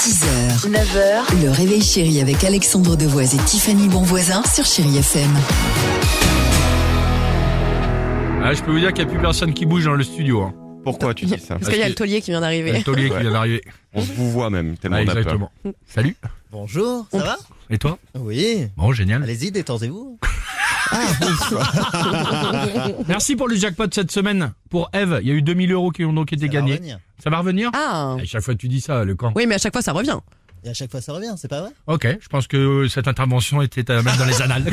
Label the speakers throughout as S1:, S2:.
S1: 6h, 9h, le réveil chéri avec Alexandre Devoise et Tiffany Bonvoisin sur Chéri FM.
S2: Ah, je peux vous dire qu'il n'y a plus personne qui bouge dans le studio. hein.
S3: Pourquoi tu dis ça
S4: Parce qu'il y a
S2: que-
S4: le taulier qui vient
S2: Il y a
S4: d'arriver.
S2: le taulier qui
S3: Ouais.
S2: vient d'arriver.
S3: On se vous voit même, tellement
S2: Ah,
S3: on a peur.
S2: exactement. Salut.
S5: Bonjour, ça va
S2: Et toi
S5: Oui.
S2: Bon, génial.
S5: Allez-y, détendez-vous.
S2: Merci pour le jackpot cette semaine. Pour Eve, il y a eu 2000 euros qui ont donc été
S5: Ça va
S2: gagnés.
S5: revenir.
S2: Ça va revenir
S4: Ah
S2: À chaque fois tu dis ça, le camp.
S4: Oui, mais à chaque fois ça revient.
S5: Et à chaque fois, ça revient, c'est pas vrai
S2: Ok, je pense que cette intervention était à mettre dans les annales.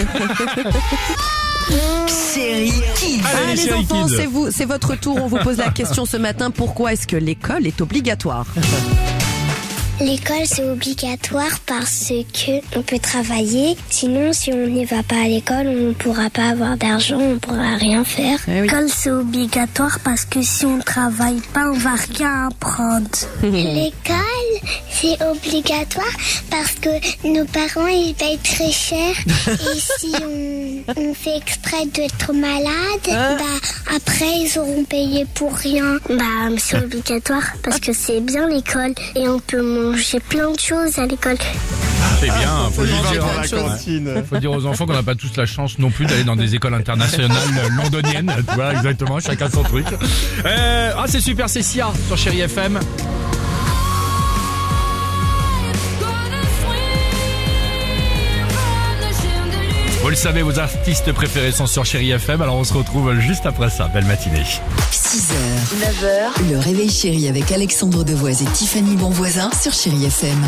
S1: Chéri Kids.
S2: Allez,
S4: Ah,
S2: les
S4: les
S2: Chéri
S4: enfants,
S2: Kids.
S4: c'est vous, c'est votre tour. On vous pose la question ce matin. Pourquoi est-ce que l'école est obligatoire
S6: L'école c'est obligatoire parce que on peut travailler. Sinon, si on n'y va pas à l'école, on ne pourra pas avoir d'argent, on ne pourra rien faire.
S4: Eh oui.
S6: L'école c'est obligatoire parce que si on travaille pas, on va rien apprendre. L'école c'est obligatoire parce que nos parents ils payent très cher et si on, on fait exprès d'être malade, bah après ils auront payé pour rien. Bah c'est obligatoire parce que c'est bien l'école et on peut manger plein de choses à l'école.
S2: C'est bien, faut le dire.
S4: plein de choses.
S3: cantine.
S2: Faut dire aux enfants qu'on n'a pas tous la chance non plus d'aller dans des écoles internationales londoniennes. Tu vois, exactement, chacun son truc. Euh, ah, c'est super, c'est Sia sur Chéri FM. Vous le savez, vos artistes préférés sont sur Chéri FM, alors on se retrouve juste après ça. Belle matinée.
S1: 6h, 9h, le réveil chéri avec Alexandre Devoise et Tiffany Bonvoisin sur Chéri FM.